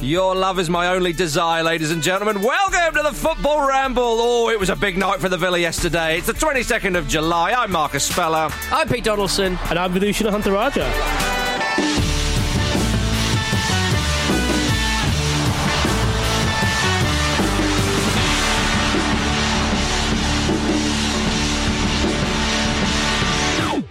Your love is my only desire, ladies and gentlemen. Welcome to the Football Ramble. Oh, it was a big night for the Villa yesterday. It's the 22nd of July. I'm Marcus Speller. I'm Pete Donaldson. And I'm Vidushina Hunter Raja.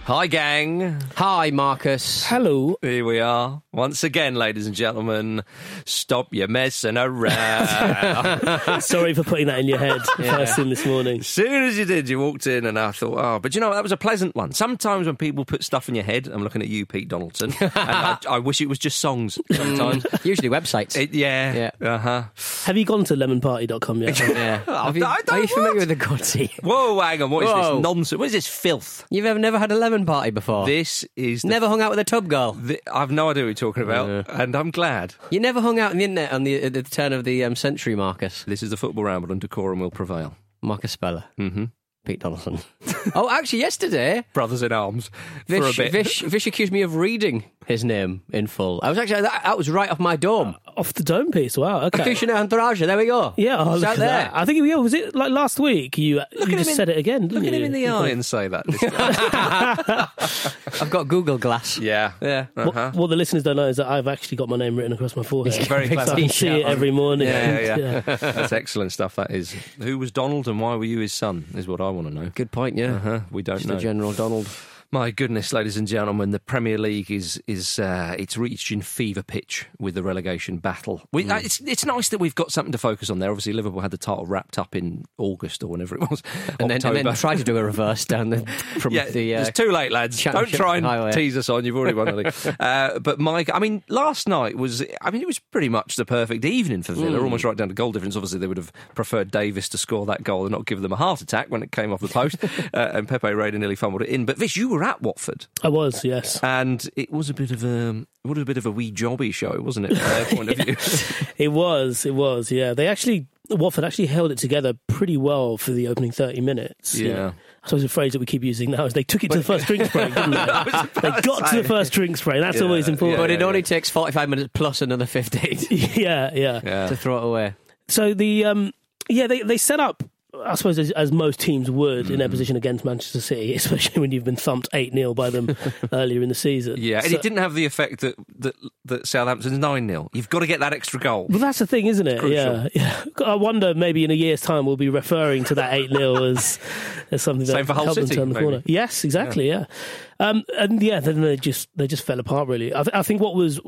Hi, gang. Hi, Marcus. Hello. Here we are once again, ladies and gentlemen. Stop your messing around. Sorry for putting that in your head first thing this morning. As soon as you did, you walked in, and I thought, oh, but you know, what? that was a pleasant one. Sometimes when people put stuff in your head, I'm looking at you, Pete Donaldson, and I, I wish it was just songs sometimes. Usually websites. It- yeah. Uh huh. Have you gone to lemonparty.com yet? yeah. Have I don't are you familiar want- with the gotti? Whoa, hang on. What is Whoa. this nonsense? What is this filth? You've ever never had a lemon party before? This is the never hung out with a tub girl. The, I've no idea what you're talking about, and I'm glad. You never hung out on the internet on the, at the turn of the um, century, Marcus. This is the football ramble, and decorum will prevail. Marcus Speller. Mm-hmm. Pete Donaldson. oh, actually, yesterday Brothers in arms for a Vish, bit. Vish, Vish accused me of reading his name in full. I was actually that, that was right off my dome. Off the dome piece. Wow. Okay. Kushner and Tharaja, there we go. Yeah, oh, It's look out at there. that. I think yeah, was it like last week? You uh, Look you at him just in- said it again. Didn't Look at you? him in the eye and say that. this time. I've got Google Glass. yeah, yeah. What, Uh-huh. what the listeners don't know is that I've actually got my name written across my forehead. very so I clever. can see it every morning. Yeah, yeah, yeah. That's excellent stuff. That is. Who was Donald and why were you his son? Is what I want to know. Good point. Yeah. Uh-huh. We don't Just know. the General Donald. My goodness, ladies and gentlemen, the Premier League is is uh, it's reached in fever pitch with the relegation battle. We, Mm. uh, it's it's nice that we've got something to focus on there. Obviously, Liverpool had the title wrapped up in August or whenever it was, And then, and then October. tried to do a reverse down the from yeah, the. Uh, it's too late, lads. Don't Championship try and highway. tease us on. You've already won the league. uh, but Mike, I mean, last night was, I mean, it was pretty much the perfect evening for Mm. Villa, almost right down to goal difference. Obviously, they would have preferred Davis to score that goal and not give them a heart attack when it came off the post. uh, and Pepe Reina nearly fumbled it in. But Vish, you were at Watford, I was, yes. and it was a bit of a it was a bit of a wee jobby show, wasn't it? From their point of view, It was, it was, yeah. They actually, Watford actually held it together pretty well for the opening 30 minutes. you Yeah. know. I suppose the phrase that we keep using now is they took it to the first drinks break, didn't they? they got to the first drinks break. That's always important. but yeah, it yeah. only takes forty-five minutes plus another fifteen yeah, yeah. yeah. to throw it away. So the, um, yeah, they, they set up I suppose, as, as most teams would Mm-hmm. in their position against Manchester City, especially when you've been thumped 8 0 by them earlier in the season. Yeah, and So- it didn't have the effect that that, that Southampton's 9 0. You've got to get that extra goal. Well, that's the thing, isn't it? Yeah. crucial. yeah. I wonder maybe in a year's time we'll be referring to that 8 0 as, as something that Same for Hull helped City, them turn the maybe. corner. Yes, exactly. Yeah. Um, and yeah, then they just they just fell apart. Really, I, th- I think what was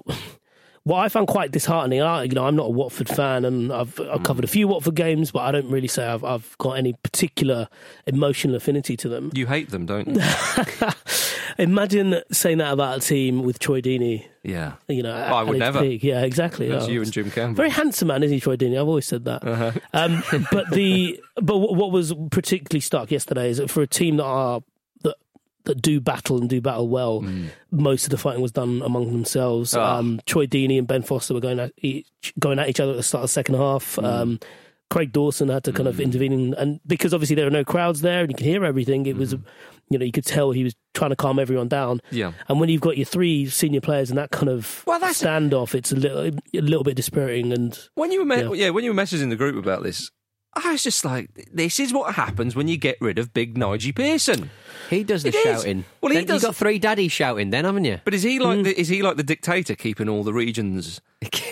what I found quite disheartening. I, you know, I'm not a Watford fan, and I've, I've Mm. covered a few Watford games, but I don't really say I've, I've got any particular emotional affinity to them. You hate them, don't you? Imagine saying that about a team with Troy Deeney. Yeah. You know, I would Alex never. Teague. Yeah, exactly. That's Oh, you and Jim Campbell. Very handsome man, isn't he, Troy Deeney? I've always said that. Um, but the but wh- what was particularly stark yesterday is that for a team that are that that do battle and do battle well, most of the fighting was done among themselves. Um, Troy Deeney and Ben Foster were going at each, going at each other at the start of the second half. Um, Craig Dawson had to kind of intervene, and, and because obviously there are no crowds there and you can hear everything, it was you know you could tell he was trying to calm everyone down. Yeah. And when you've got your three senior players in that kind of Well, that's- standoff, it's a little a little bit dispiriting. And When you were me- Yeah. yeah. when you were messaging the group about this, I was just like, this is what happens when you get rid of Big Nigel Pearson. He does the It is. shouting. Well, he Then does- You've got three daddies shouting, then, haven't you? But is he like the, is he like the dictator keeping all the regions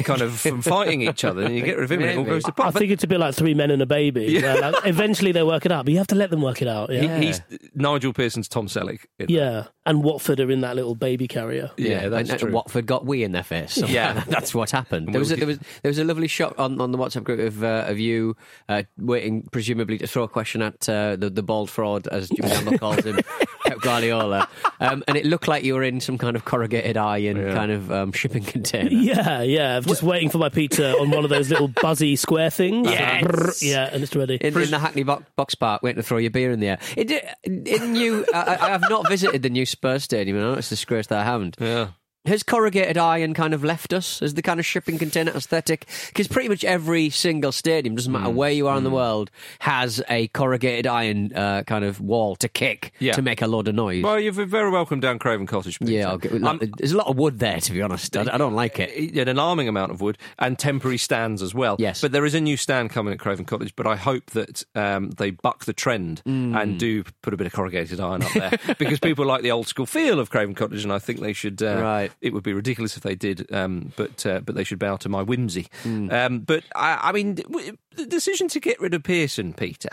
kind of from fighting each other? And you get rid of him, and it all Maybe. goes to I pot. But think it's a bit like three men and a baby. Yeah. where, like, eventually they work it out, but you have to let them work it out. Yeah. he- he's Nigel Pearson's Tom Selleck. in that. yeah. And Watford are in that little baby carrier. Yeah, that's and, and true. Watford got wee in their face. Yeah. that's what happened. There was, a, there was there was a lovely shot on, on the WhatsApp group of uh, of you uh, waiting, presumably to throw a question at uh, the the bald fraud as Jimmy Campbell calls him, Pep Guardiola, um, and it looked like you were in some kind of corrugated iron kind of um, shipping container. Yeah, yeah. I'm just waiting for my pizza on one of those little buzzy square things. Yes. Brrr, Yeah, and it's ready. In, in the Hackney box, box Park, waiting to throw your beer in the air. It, did- in new, I, I I have not visited the new Spurs Stadium, and I know it's a disgrace that I haven't. Yeah. Has corrugated iron kind of left us as the kind of shipping container aesthetic? Because pretty much every single stadium, doesn't Mm. matter where you are in the world, has a corrugated iron uh, kind of wall to kick Yeah. to make a lot of noise. Well, you're very welcome down Craven Cottage. Peter. yeah, I'll get, Um, there's a lot of wood there, to be honest. I, I don't like it. it- an alarming amount of wood and temporary stands as well. Yes. but there is a new stand coming at Craven Cottage. But I hope that um, they buck the trend Mm. and do put a bit of corrugated iron up there because people like the old school feel of Craven Cottage, and I think they should. Uh, Right. it would be ridiculous if they did, um, but uh, but they should bow to my whimsy. Mm. Um, but I, I mean, w- the decision to get rid of Pearson, Peter.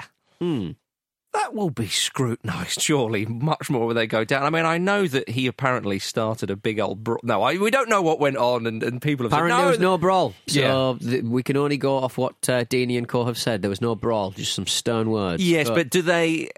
That will be scrutinised, surely, much more when they go down. I mean, I know that he apparently started a big old. Bro- no, I, we don't know what went on, and, and people have Apparently, said, there was no, no brawl. So Yeah. th- we can only go off what uh, Deeney and Co have said. There was no brawl, just some stern words. Yes, but do they?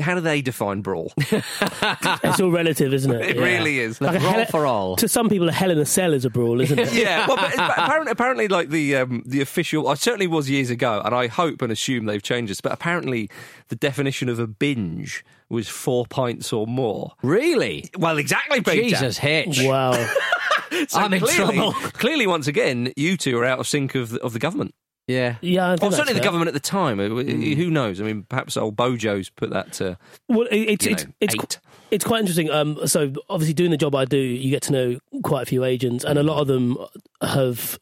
How do they define brawl? It's all relative, isn't it? It Yeah. really is. Like a Roll hell- for all. To some people, a hell in a cell is a brawl, isn't it? yeah, well, but, but apparently, apparently, like the um, the official, I certainly was years ago, and I hope and assume they've changed this. But apparently, the definition of a binge was four pints or more. Really? Well, exactly, Peter. Jesus Hitch. Wow. So I'm in clearly, trouble. Clearly, once again, you two are out of sync of the, of the government. Yeah. Yeah, I think Or that's certainly the fair. government at the time. Uh, Hmm. Who knows? I mean, perhaps old Bojo's put that. Uh, Well, it, it's you it's know, it's, eight. it's quite interesting. Um, so obviously, doing the job I do, you get to know quite a few agents, and a lot of them have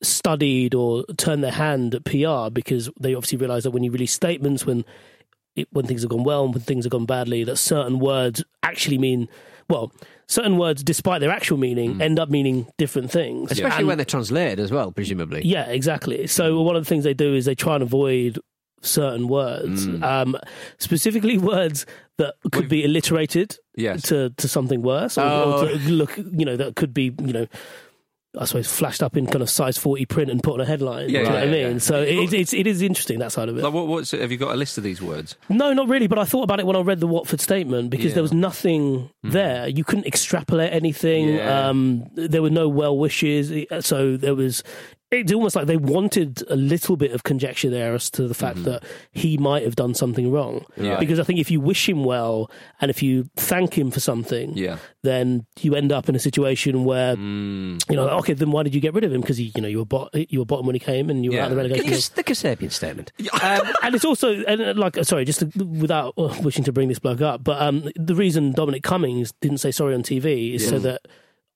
studied or turned their hand at PR because they obviously realise that when you release statements, when it, when things have gone well and when things have gone badly, that certain words actually mean well, certain words, despite their actual meaning, Mm. end up meaning different things. Especially And- when they're translated as well, presumably. yeah, exactly. So Hmm. one of the things they do is they try and avoid certain words, Hmm. um, specifically words that could be alliterated Yes. Oh. to, to something worse, or, or to look, you know, that could be, you know, I suppose flashed up in kind of size forty print and put on a headline. Yeah, do you know yeah, what I yeah, mean? yeah. So it, it's it is interesting that side of it. Like, what, what's it? Have you got a list of these words? No, not really. But I thought about it when I read the Watford statement because Yeah. Hmm. there was nothing there. You couldn't extrapolate anything. Yeah. Um, there were no well wishes. uh, So there was. It's almost like they wanted a little bit of conjecture there as to the fact Hmm. that he might have done something wrong. Yeah. Because I think if you wish him well and if you thank him for something, Yeah. then you end up in a situation where Hmm. you know, okay, then why did you get rid of him? Because you know you were bot- you were bottom when he came and you were Yeah. out of the relegation. Because the Kasabian statement. Um, uh-huh. and it's also and uh, like uh, sorry, just to, without uh, wishing to bring this bloke up, but um, the reason Dominic Cummings didn't say sorry on TV is so that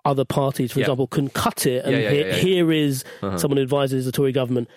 other parties, for Yeah. example, can cut it. And Yeah, Uh-huh. yeah, he- yeah, yeah, yeah. here is someone who advises the Tory government.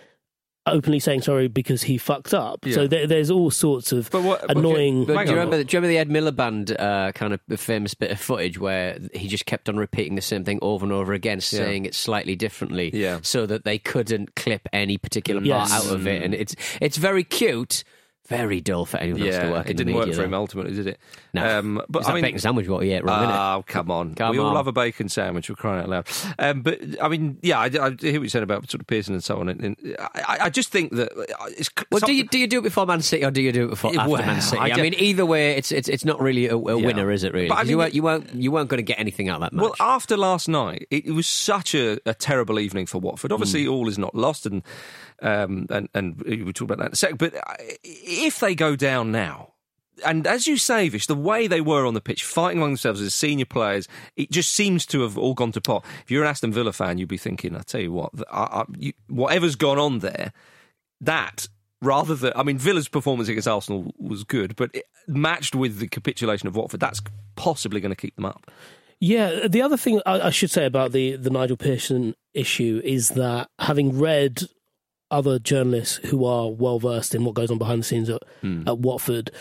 openly saying sorry because he fucked up. So there, there's all sorts of But what- but do- annoying. Hang But do you, on. remember, the- do you remember the Ed Miller band uh, kind of famous bit of footage where he just kept on repeating the same thing over and over again, saying it slightly differently, Yeah. so that they couldn't clip any particular Yes. part out of it? And it's it's very cute, very dull for anyone else to Yeah, work it in the didn't media. work for him though. ultimately, did it? Um, No, but It's I that mean, bacon sandwich what he ate wrong, innit? Oh, come on. Come we all on. love a bacon sandwich. We're crying out loud. Um, but, I mean, yeah, I, I hear what you said about sort of Pearson and so on. And, and I, I just think that uh, it's. Well, do you do you do it before Man City or do you do it before Yeah, after well, Man City? I I, don't- mean, either way, it's it's it's not really a, a Yeah. winner, is it? Really, But I 'Cause mean- you weren't you weren't you weren't going to get anything out of that match. Well, after last night, it, it was such a, a terrible evening for Watford. Obviously, Mm. all is not lost, and um, and and we'll talk about that in a sec. But I- if they go down now. And as you say, Vish, the way they were on the pitch, fighting among themselves as senior players, it just seems to have all gone to pot. If you're an Aston Villa fan, you'd be thinking, I tell you what, th- I, I, you, whatever's gone on there, that rather than I mean Villa's performance against Arsenal was good, but it, matched with the capitulation of Watford, that's possibly going to keep them up. Yeah, the other thing I, I should say about the, the Nigel Pearson issue is that having read other journalists who are well versed in what goes on behind the scenes at, at Watford,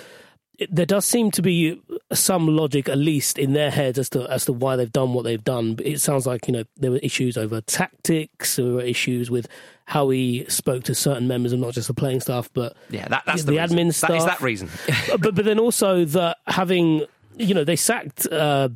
it, there does seem to be some logic, at least in their heads, as to as to why they've done what they've done. But it sounds like you know there were issues over tactics, there were issues with how he spoke to certain members of not just the playing staff, but Yeah, that, that's the, the, reason. admin staff That is that reason. but but then also that having you know they sacked uh,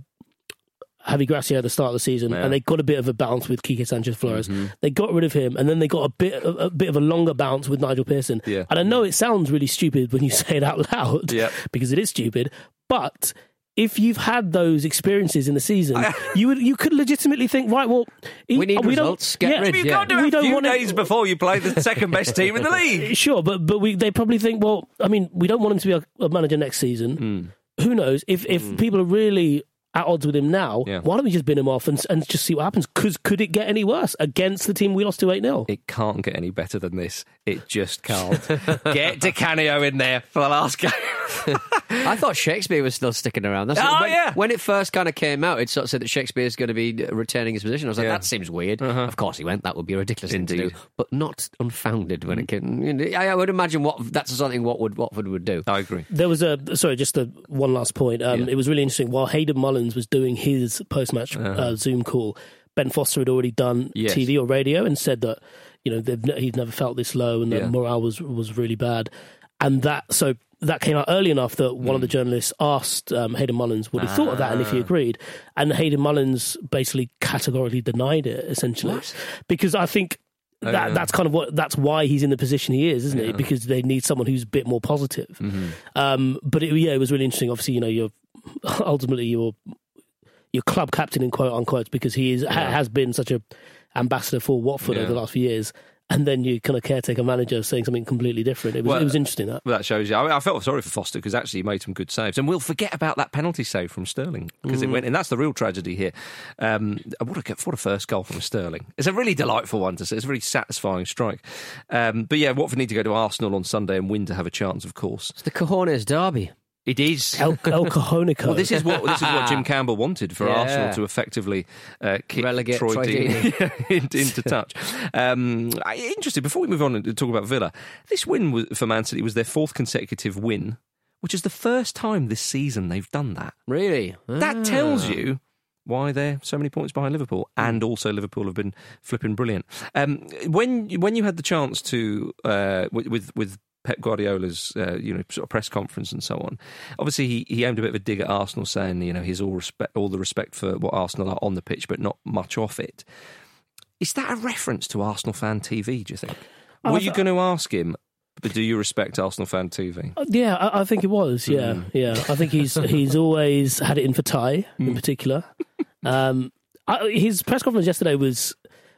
Javi Gracia at the start of the season and they got a bit of a bounce with Kike Sanchez Flores. Mm-hmm. They got rid of him and then they got a bit a, a bit of a longer bounce with Nigel Pearson. Yeah. And I know it sounds really stupid when you say it out loud Yeah. because it is stupid, but. If you've had those experiences in the season, you would you could legitimately think, right? Well, he- We need don't- results, get rid, you yeah. can't do it we a don't few want it- days before you play the second best team in the league. Sure, but but we they probably think, well, I mean, we don't want him to be a, a manager next season. Who knows? If if people are really at odds with him now, Yeah. why don't we just bin him off and and just see what happens? Because could it get any worse against the team we lost to eight 0 It can't get any better than this. It just can't. get DiCanio in there for the last game. I thought Shakespeare was still sticking around. That's Oh, when, yeah. when it first kind of came out, it sort of said that Shakespeare's going to be returning his position. I was like, Yeah. that seems weird. Of course he went. That would be a ridiculous thing Indeed. to do, but not unfounded when it came. you know, I, I would imagine what that's something what would Watford would do. I agree. There was a sorry, just a, one last point. Um, It was really interesting. While Hayden Mullins was doing his post match uh, Zoom call, Ben Foster had already done Yes. TV or radio and said that you know they've, ne- he'd never felt this low and that morale was was really bad, and that so that came out early enough that one of the journalists asked um, Hayden Mullins what he thought of that and if he agreed, and Hayden Mullins basically categorically denied it essentially because I think. That, that's kind of what that's why he's in the position he is, isn't it? Because they need someone who's a bit more positive. Um, but it, yeah, it was really interesting. Obviously, you know, you're ultimately your your club captain in quote unquote because he is ha, has been such a ambassador for Watford over the last few years, and then you kind of caretaker manager saying something completely different. It was Well, it was interesting that. Well, that shows you. I, mean, I felt sorry for Foster because actually he made some good saves, and we'll forget about that penalty save from Sterling because Mm. it went, and that's the real tragedy here. Um, what a what a first goal from Sterling! It's a really delightful one to see. It's a really satisfying strike. Um, but yeah, Watford need to go to Arsenal on Sunday and win to have a chance. Of course, It's the Cajones Derby. it is. El, El Cajonico. Well, this is what this is what Jim Campbell wanted for Yeah. Arsenal to effectively uh, kick Relegate Troy, Troy Deeney in- into touch. Um, I- interesting. Before we move on and talk about Villa, this win was, for Man City was their fourth consecutive win, which is the first time this season they've done that. Really? That tells Ah. you why they're so many points behind Liverpool, and also Liverpool have been flipping brilliant. Um, when when you had the chance to uh, with- with with Pep Guardiola's uh, you know sort of press conference and so on, obviously he, he aimed a bit of a dig at Arsenal, saying you know he's all respect all the respect for what Arsenal are on the pitch, but not much off it. Is that a reference to Arsenal fan TV? Do you think? Were you going to ask him? But do you respect Arsenal fan TV? Uh, Yeah, I, I think it was. Yeah, Hmm. yeah. I think he's he's always had it in for Ty in particular. Um, I, his press conference yesterday was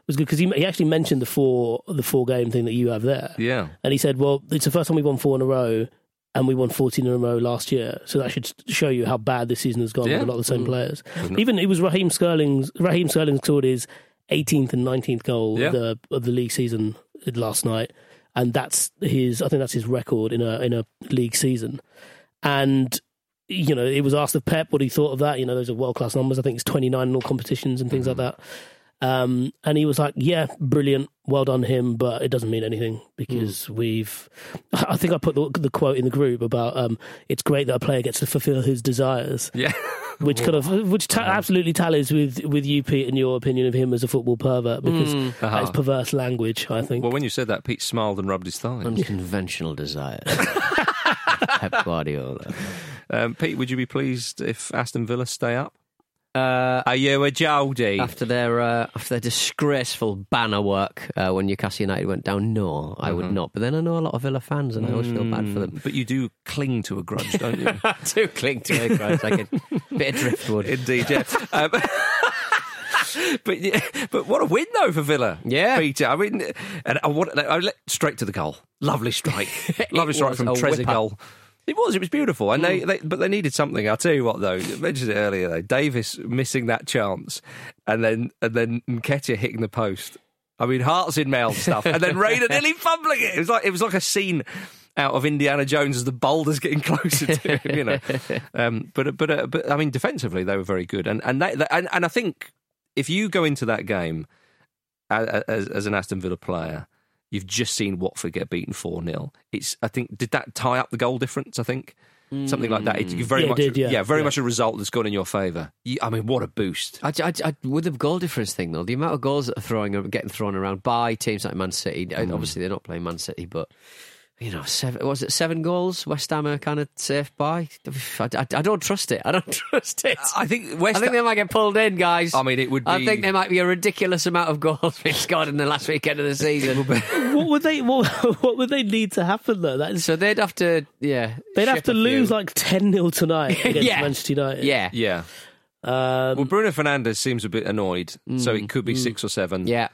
was good because he, he actually mentioned the four the four game thing that you have there. Yeah. And he said, "Well, it's the first time we won four in a row, and we won fourteen in a row last year. So that should show you how bad this season has gone Yeah. Mm. Mm-hmm. with a lot of the same players. Even it was Raheem Sterling's Raheem Sterling scored his 18th and 19th goal Yeah. of, the, of the league season last night, and that's his. I think that's his record in a in a league season. And you Mm-hmm. know, it was asked of Pep what he thought of that. You know, those are world class numbers. I think it's 29 in all competitions and things like that. Um, and he was like, "Yeah, brilliant, well done him, but it doesn't mean anything because Hmm. we've." I think I put the, the quote in the group about um, it's great that a player gets to fulfil his desires, Yeah. which kind of which ta- absolutely tallies with with you, Pete, and your opinion of him as a football pervert because Hmm. that Uh-huh. is perverse language. I think. Well, when you said that, Pete smiled and rubbed his thigh. Unconventional desire. Pep Guardiola. Um, Pete, would you be pleased if Aston Villa stay up? Uh, Are you a Jody? after their uh, after their disgraceful banner work uh, when Newcastle United went down, no, I would not. But then I know a lot of Villa fans, and I always feel bad for them. But you do cling to a grudge, don't you? Mm. I do cling to it, guys, like a bit of driftwood. Indeed, yeah. um, but yeah, but what a win though for Villa. Yeah. Peter. I mean, and I want I let, straight to the goal. Lovely strike. Lovely It strike was from a Mm. Trezeguet. It was. It was beautiful. And they, they, but they needed something. I'll tell you what, though. I mentioned it earlier, though. Davis missing that chance, and then and then Nketiah hitting the post. I mean, hearts in mouth stuff, and then Rayner nearly fumbling it. It was like it was like a scene out of Indiana Jones as the boulder's getting closer to him. You know, um, but but uh, but I mean, defensively they were very good, and and that, that- and, and I think if you go into that game as, as, as an Aston Villa player, you've just seen Watford get beaten four 0 It's I think did that tie up the goal difference? I think. Something like that. It's very Yeah, it much, did, yeah. very Yeah. much a result that's gone in your favour. You- I mean, what a boost! I, I, I, with the goal difference thing, though, the amount of goals that are throwing are getting thrown around by teams like Man City. and Obviously, they're not playing Man City, but you know, seven what was it seven goals? West Ham are kind of safe by. I, I, I don't trust it. I don't trust it. I think West. I think they might get pulled in, guys. I mean, it would I be- think there might be a ridiculous amount of goals being scored in the last weekend of the season. what would they what, what would they need to happen though? That is, so they'd have to, yeah, they'd have ship to a few. lose like ten 0 tonight against Yeah. Manchester United. yeah, yeah. Um, Well, Bruno Fernandez seems a bit annoyed, so Mm, it could be six or seven. yeah.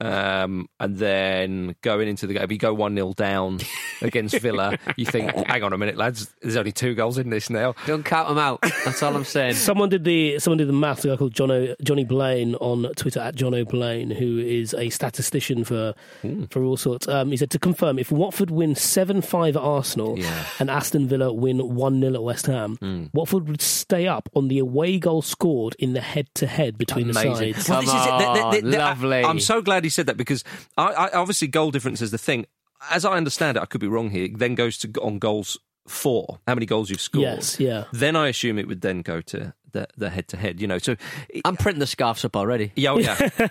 Um, and then going into the game, if you go 1 0 down against Villa, you think, hang on a minute, lads, there's only two goals in this now. Don't count them out. That's all I'm saying. Someone did the someone did the math. A guy called John o, Johnny Blaine on Twitter at John O'Blaine, who is a statistician for Hmm. for all sorts. Um, he said to confirm if Watford win seven five at Arsenal and Aston Villa win one 0 at West Ham, Hmm. Watford would stay up on the away goal scored in the head to head between Amazing. the sides. Well, this is it. Come Th- th- th- on, I- lovely. I'm so glad he said that because I, I obviously goal difference is the thing. As I understand it, I could be wrong here. It then goes to on goals for how many goals you've scored. Yes, yeah. Then I assume it would then go to the the head to head. You know, so it- I'm printing the scarves up already. yeah, oh, yeah,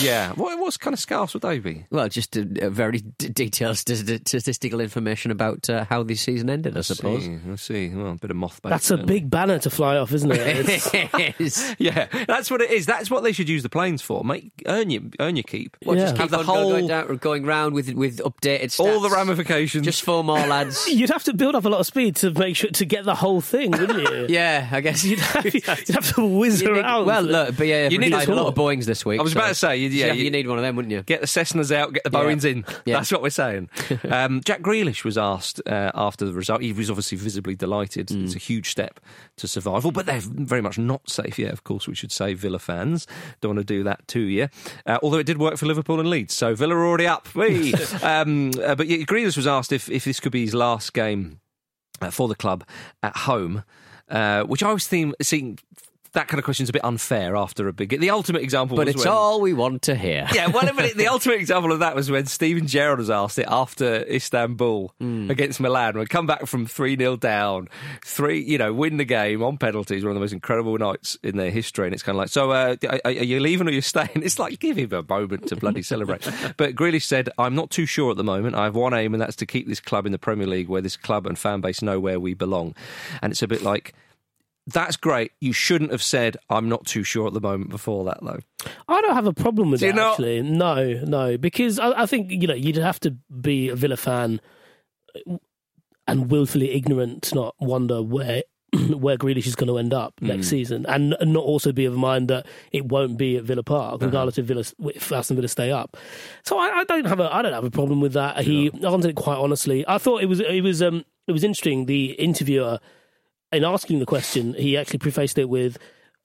yeah. What what kind of scarves would they be? Well, just a, a very d- detailed st- statistical information about uh, how the season ended, I suppose. See, I see. Well, a bit of moth. bait, That's a certainly. big banner to fly off, isn't it? It's- Yes. Yeah, that's what it is. That's what they should use the planes for. Make earn your earn your keep. Well, just Keep Yeah. have the on whole going, down, going round with with updated stats. all the ramifications. Just four more lads. You'd have to build up a lot of speed to make sure to get the whole thing, wouldn't you? yeah, I guess You'd have, you'd have to whiz You need- around. well, look, but yeah, You you need need a a lot tour. of Boeings this week. I was so- about to say, you- yeah, you, you- need one of them, wouldn't you? Get the Cessnas out, get the Yeah. Boeings in. Yeah. That's what we're saying. Um, Jack Grealish was asked uh, after the result. He was obviously visibly delighted. It's Mm. a huge step to survival, but they're very much not safe yet, of course, we should say, Villa fans. Don't want to do that to you. Uh, although it did work for Liverpool and Leeds, so Villa are already up. Whee! um, uh, but yeah, Grealish was asked if, if this could be his last game uh, for the club at home, uh, which I was think, seeing that kind of question is a bit unfair after a big. The ultimate example, but was it's when- all we want to hear. yeah, well, but the ultimate example of that was when Stephen Gerrard was asked it after Istanbul against Milan. We'd come back from 3 0 down, three, you know, win the game on penalties, one of the most incredible nights in their history. And it's kind of like, so uh, are, are you leaving or you are staying? It's like, give him a moment to bloody celebrate. but Grealish said, I'm not too sure at the moment. I have one aim, and that's to keep this club in the Premier League where this club and fan base know where we belong. And it's a bit like, that's great. You shouldn't have said, I'm not too sure at the moment before that, though. I don't have a problem with Do you that not? actually. No, no, because I, I think you know you'd have to be a Villa fan and willfully ignorant to not wonder where where Grealish is going to end up Hmm. next season, and n- not also be of mind that it won't be at Villa Park, Uh-huh. regardless if Villa if Aston Villa stay up. So I, I don't have a I don't have a problem with that. He answered it quite honestly. I thought it was it was um it was interesting. The interviewer in asking the question, he actually prefaced it with,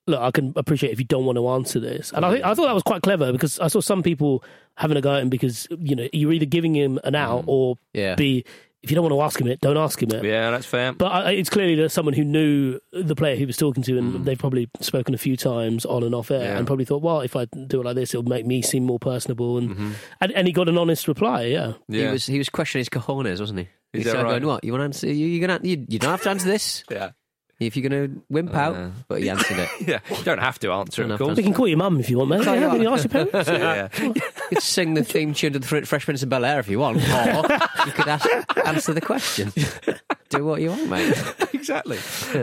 "Look, I can appreciate if you don't want to answer this," and I think I thought that was quite clever because I saw some people having a go at him because you know you're either giving him an out or Yeah. be if you don't want to ask him it, don't ask him it. Yeah, that's fair. But I, it's clearly there's someone who knew the player he was talking to, and they've probably spoken a few times on and off air, Yeah. and probably thought, well, if I do it like this, it'll make me seem more personable, and and, and he got an honest reply. Yeah, yeah. He was he was questioning his cojones, wasn't he? Is He's that sort of right? going, "What you want to answer? You you gonna you, you don't have to answer this yeah. if you're gonna wimp Uh. out." But he answered it. Yeah, you don't have to answer, Don't of have to course. we can call your mum if you want, mate. you Yeah, what. can you ask your parents? Yeah. You could sing the theme tune to the Fr- Fresh Prince of Bel Air if you want, or you could ask, answer the question. Do what you want, mate. exactly.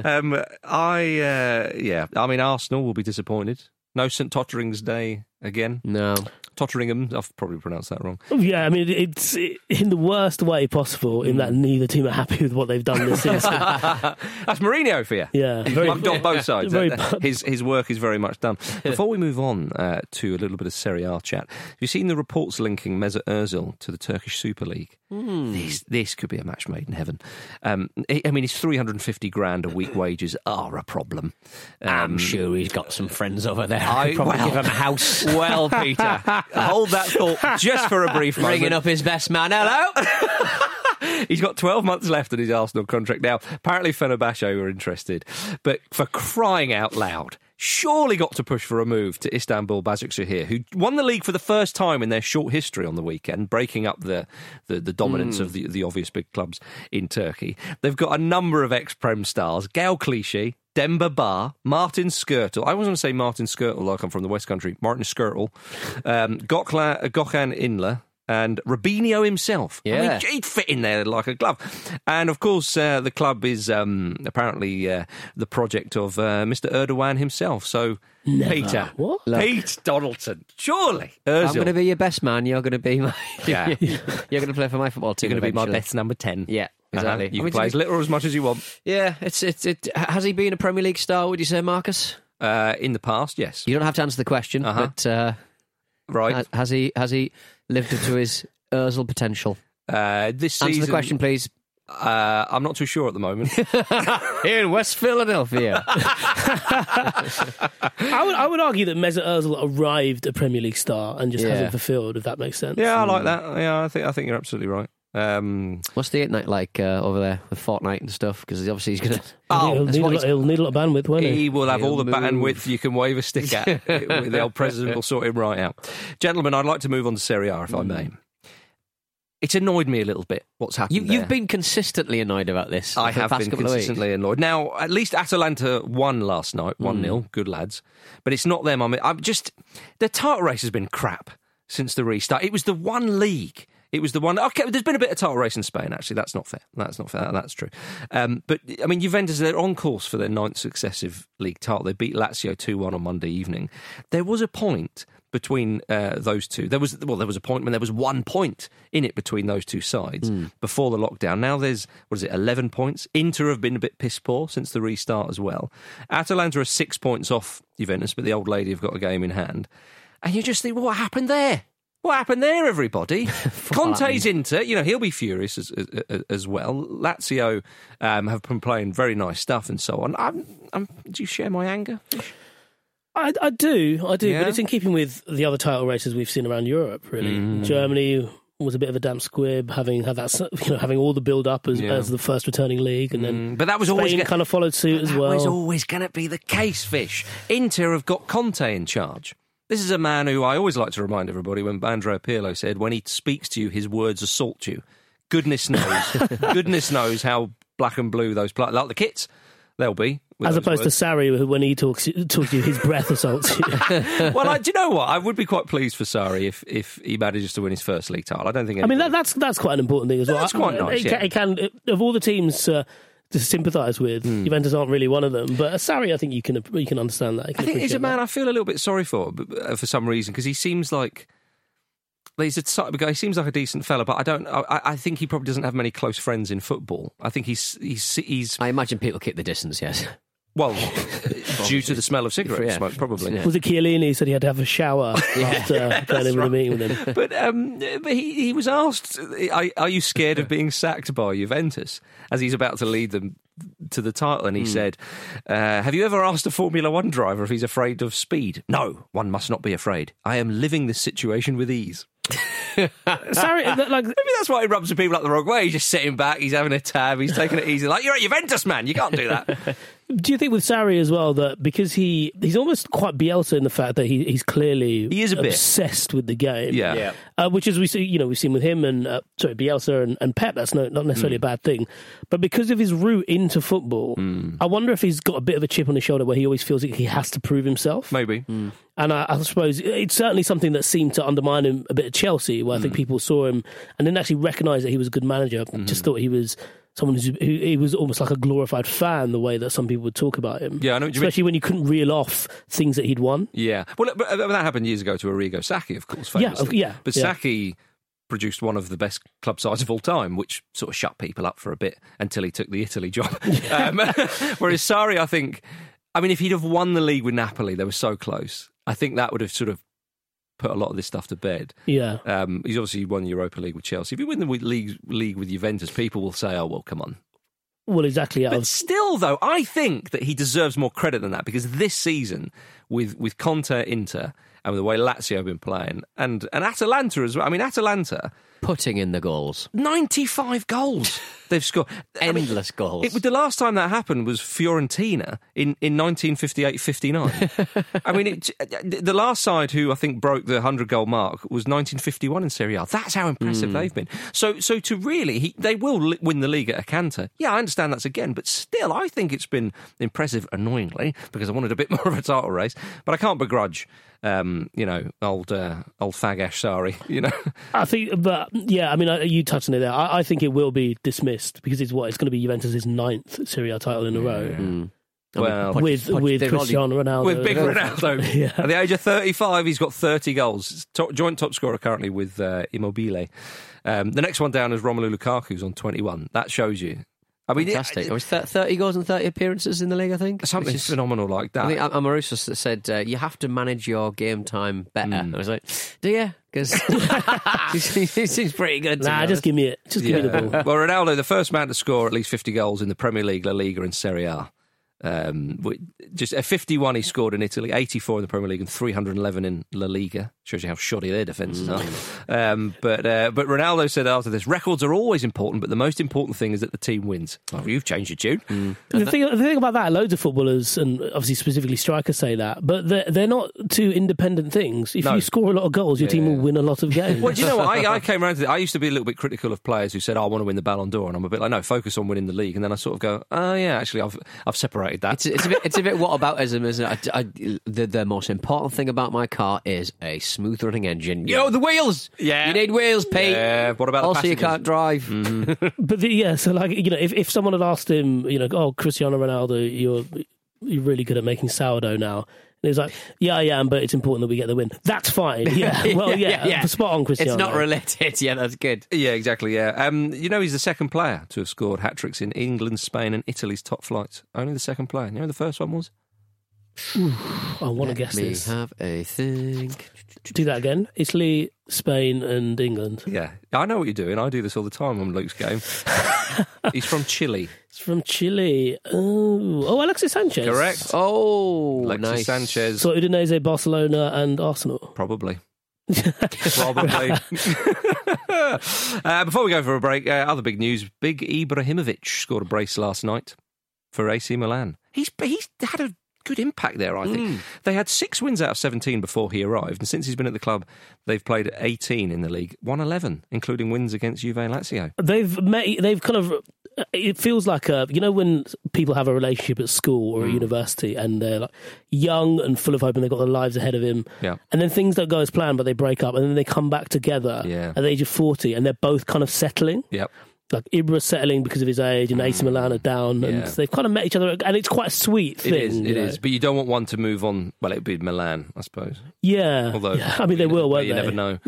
Um, I uh, yeah. I mean, Arsenal will be disappointed. No St Tottering's Day again. No, Totteringham. I've probably pronounced that wrong. Yeah, I mean, it's in the worst way possible in Hmm. that neither team are happy with what they've done this season. That's Mourinho for you. Yeah, very- I've done both sides. Very That- that- his his work is very much done. Before we move on uh, to a little bit of Serie A chat, have you seen the reports linking Mesut Ozil to the Turkish Super League? This this could be a match made in heaven. Um, I I mean, his three hundred and fifty grand a week wages are a problem. I'm Um, sure he's got some friends over there. I- I probably well- give him a house. Well, Peter, hold that thought just for a brief moment. Bringing up his best man. Hello. He's got 12 months left on his Arsenal contract now. Apparently, Fenerbahce were interested. But for crying out loud, surely got to push for a move to Istanbul Basaksehir, who won the league for the first time in their short history on the weekend, breaking up the, the, the dominance of the, the obvious big clubs in Turkey. They've got a number of ex-Prem stars. Gal Clichy, Demba Bar, Martin Skirtle. I always want to say Martin Skirtle, like I'm from the West Country. Martin Skirtle. Um, Gokla, Gokhan Inler. And Rubinho himself. I mean, Yeah. he'd fit in there like a glove. And of course, uh, the club is um, apparently uh, the project of uh, Mr. Erdogan himself. So, Peter, What? Pete Donaldson, surely. I'm going to be your best man. You're going to be my. Yeah. you're going to play for my football team. going to be my eventually. best number ten. Yeah, Uh-huh. exactly. You I can mean, play as it's- little or as much as you want. Yeah, it's it's it. Has he been a Premier League star? Would you say, Marcus? Uh, in the past, yes. You uh, don't have to answer the question, Uh-huh. but uh, Right. has- has he has he lived up to his Özil potential? Uh, this season, Answer the question, please. Uh, I'm not too sure at the moment. Here in West Philadelphia, I would, I would argue that Mesut Ozil arrived a Premier League star and just Yeah. hasn't fulfilled, if that makes sense. yeah, I Hmm. like that. Yeah, I think I think you're absolutely right. Um, what's the eight night like uh, over there with Fortnite and stuff? Because obviously he's going to. Oh, he'll, that's need a what lot, he's- he'll need a lot of bandwidth, won't he? he will have all the He'll bandwidth you can wave a stick at. the old president will sort him right out. Gentlemen, I'd like to move on to Serie A, if Hmm. I may. It's annoyed me a little bit what's happened. You, there. you've been consistently annoyed about this. I for the have past been couple of weeks. consistently annoyed. Now, at least Atalanta won last night, 1 0. Good lads. But it's not them. I'm, I'm just. The title race has been crap since the restart. It was the one league. It was the one. Okay, there's been a bit of title race in Spain, actually. That's not fair. That's not fair. That's true. Um, but, I mean, Juventus, they're on course for their ninth successive league title. They beat Lazio 2 1 on Monday evening. There was a point between uh, those two. There was well, there was a point when there was one point in it between those two sides before the lockdown. Now there's what is it, eleven points. Inter have been a bit piss poor since the restart as well. Atalanta are six points off Juventus, but the old lady have got a game in hand. And you just think, well, what happened there? What happened there, everybody? Conte's Inter, you know, he'll be furious as, as, as well. Lazio um, have been playing very nice stuff and so on. I'm, I'm, do you share my anger? I, I do, I do, Yeah? but it's in keeping with the other title races we've seen around Europe. Really, Mm. Germany was a bit of a damp squib, having had that, s- you know, having all the build up as, Yeah. as the first returning league, and then Mm, But that was always Spain gonna- kind of followed suit as That was well. always going to be the case, Fish. Inter have got Conte in charge. This is a man who I always like to remind everybody when Andrea Pirlo said, when he speaks to you, his words assault you. Goodness knows. goodness knows how black and blue those, pla- like the kits, they'll be. with As those opposed words. to Sarri, who when he talks talks to you, his breath assaults you. well, I, do you know what? I would be quite pleased for Sari if, if he manages to win his first league title. I don't think. I mean, that, anybody- that's that's quite an important thing as well. That's quite I- nice, It, yeah. can, it can of all the teams. Uh, to sympathise with Hmm. Juventus aren't really one of them, but Sarri, I think you can you can understand that. You I can think he's a appreciate man that. I feel a little bit sorry for b- uh, for some reason because he seems like he's a type of guy. He seems like a decent fella, but I don't. I, I think he probably doesn't have many close friends in football. I think he's he's he's I imagine people keep the distance. Yes. well due to the smell of cigarette Yeah. smoke probably. Yeah. Was it Chiellini who said he had to have a shower after going in with a meeting with him? But um, but he, he was asked, are, "Are you scared of being sacked by Juventus?" As he's about to lead them to the title, and he said, uh, "Have you ever asked a Formula One driver if he's afraid of speed? No, one must not be afraid. I am living this situation with ease." Sorry, that- like Maybe that's why he rubs the people up the wrong way. He's just sitting back, he's having a tab, he's taking it easy. Like, you're at Juventus, man, you can't do that. Do you think with Sarri as well that because he he's almost quite Bielsa in the fact that he, he's clearly He is a bit. obsessed with the game, Yeah. Yeah. uh, which is we see you know we've seen with him and uh, sorry Bielsa and, and Pep that's no, not necessarily Mm. a bad thing, but because of his route into football, Mm. I wonder if he's got a bit of a chip on his shoulder where he always feels like he has to prove himself, Maybe. and I, I suppose it's certainly something that seemed to undermine him a bit at Chelsea, where I Hmm. think people saw him and didn't actually recognise that he was a good manager. Just thought he was someone who's, who he was almost like a glorified fan, the way that some people would talk about him. Yeah, I know what you mean. especially when you couldn't reel off things that he'd won. Yeah. Well, but, uh, that happened years ago to Arrigo Sacchi, of course, Yeah, famously. yeah, But yeah. Sacchi produced one of the best club sides of all time, which sort of shut people up for a bit until he took the Italy job. um, whereas Sari, I think, I mean, if he'd have won the league with Napoli, they were so close. I think that would have sort of put a lot of this stuff to bed. Yeah, Um, he's obviously won the Europa League with Chelsea. If you win the wi- league, league with Juventus, people will say, oh, well, come on. well, exactly. I But was- still, though, I think that he deserves more credit than that because this season, with with Conte Inter and with the way Lazio have been playing, and and Atalanta as well. I mean, Atalanta, Putting in the goals. ninety five goals they've scored, I mean, Endless goals. it, the last time that happened was Fiorentina in, in 1958-59. I mean, it, the last side who I think broke the 100-goal mark was 1951 in Serie A. That's how impressive they've been. So so to really, he, they will li- win the league at a canter. Yeah, I understand that's again, but still, I think it's been impressive, annoyingly, because I wanted a bit more of a title race. But I can't begrudge, um, you know, old uh, old fag Ash Sari, you know. I think, but yeah, I mean, I- you touched on it there. I, I think it will be dismissed because it's what it's going to be Juventus' ninth Serie A title in a row well, with Poch- with they've already- Cristiano Ronaldo. with Big Ronaldo. Yeah. At the age of 35, he's got 30 goals. Top, joint top scorer currently with uh, Immobile. Um, the next one down is Romelu Lukaku, who's on 21. That shows you. I mean, it- Fantastic. It it- was thir- 30 goals and 30 appearances in the league, I think. uh, something Which is- phenomenal like that. I think Am- Amoruso s- said, uh, you have to manage your game time better. Hmm. I was like, do you? Because he seems pretty good. to Nah, be just honest. give me it. Just give me the ball. well, Ronaldo, the first man to score at least 50 goals in the Premier League, La Liga, and Serie A. Um, wi- just uh, 51 he scored in Italy, 84 in the Premier League, and 311 in La Liga. Shows you how shoddy their defences Mm. are. Um, but uh, but Ronaldo said after this, records are always important, but the most important thing is that the team wins. Oh, you've changed your tune. Mm. The thing, the thing about that, loads of footballers and obviously specifically strikers say that, but they're, they're not two independent things. If No. you score a lot of goals, your team will win a lot of games. Well, do you know what? I, I came around to it. I used to be a little bit critical of players who said, "Oh, I want to win the Ballon d'Or, and I'm a bit like, no, focus on winning the league. And then I sort of go, oh, yeah, actually, I've, I've separated that. It's a, it's a bit, it's a bit what aboutism, isn't it? I, I, the, the most important thing about my car is a smooth running engine. Yo, the wheels. Yeah. you need wheels, Pete. Yeah, what about the also you passengers? can't drive. but the, yeah, so like you know, if, if someone had asked him, you know, oh Cristiano Ronaldo, you're you're really good at making sourdough now. And he's like, yeah, I am, but it's important that we get the win. That's fine. Hmm. Yeah. Well, yeah. Spot on, Cristiano. It's not related. Yeah, that's good. Yeah, exactly. Yeah, um, you know he's the second player to have scored hat tricks in England, Spain, and Italy's top flights. Only the second player. You know the first one was. I want to guess Me this. have a think. Do that again. Italy, Spain, and England. Yeah, I know what you're doing. I do this all the time on Luke's game. he's from Chile. It's from Chile. Oh, oh, Alexis Sanchez. Correct. Oh, Alexis nice. Sanchez. So Udinese, Barcelona, and Arsenal. Probably. Probably. uh, before we go for a break, uh, other big news: Big Ibrahimovic scored a brace last night for AC Milan. He's he's had a good impact there. I think they had six wins out of seventeen before he arrived, and since he's been at the club, they've played eighteen in the league, won eleven, including wins against Juve and Lazio. They've met. They've kind of. It feels like a you know when people have a relationship at school Mm. or at university and they're like young and full of hope and they've got their lives ahead of them. Yeah. And then things don't go as planned, but they break up and then they come back together Yeah. at the age of forty and they're both kind of settling. Yep. Like Ibra settling because of his age and AC Milan are down and Mm. Yeah. they've kind of met each other and it's quite a sweet thing. It is. you It know? is. But you don't want one to move on. Well, it'd be Milan, I suppose. Yeah. Although, Yeah. I mean they you will, never- won't you they? never know.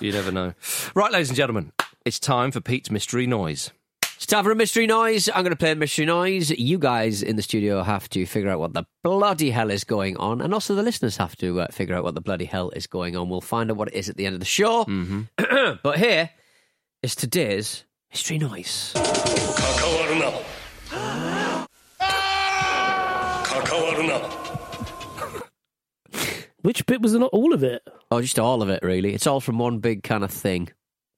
you never know. Right, ladies and gentlemen, it's time for Pete's mystery noise. It's time for a mystery noise. I'm going to play a mystery noise. You guys in the studio have to figure out what the bloody hell is going on, and also the listeners have to uh, figure out what the bloody hell is going on. We'll find out what it is at the end of the show. but here is today's mystery noise. 関わるな関わるな Which bit was not all of it? Oh, just all of it, really. It's all from one big kind of thing.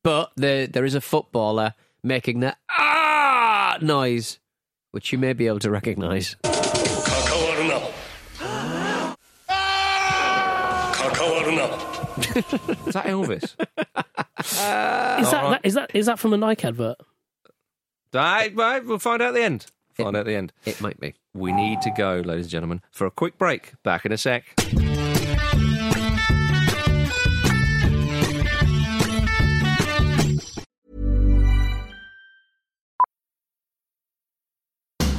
But there, there is a footballer making that ah noise, which you may be able to recognise. 関わるな関わるな Is that Elvis? Is that, alright. that is that is that from a Nike advert? right, right, we'll find out at the end. Find out at the end. It might be. We need to go, ladies and gentlemen, for a quick break. Back in a sec.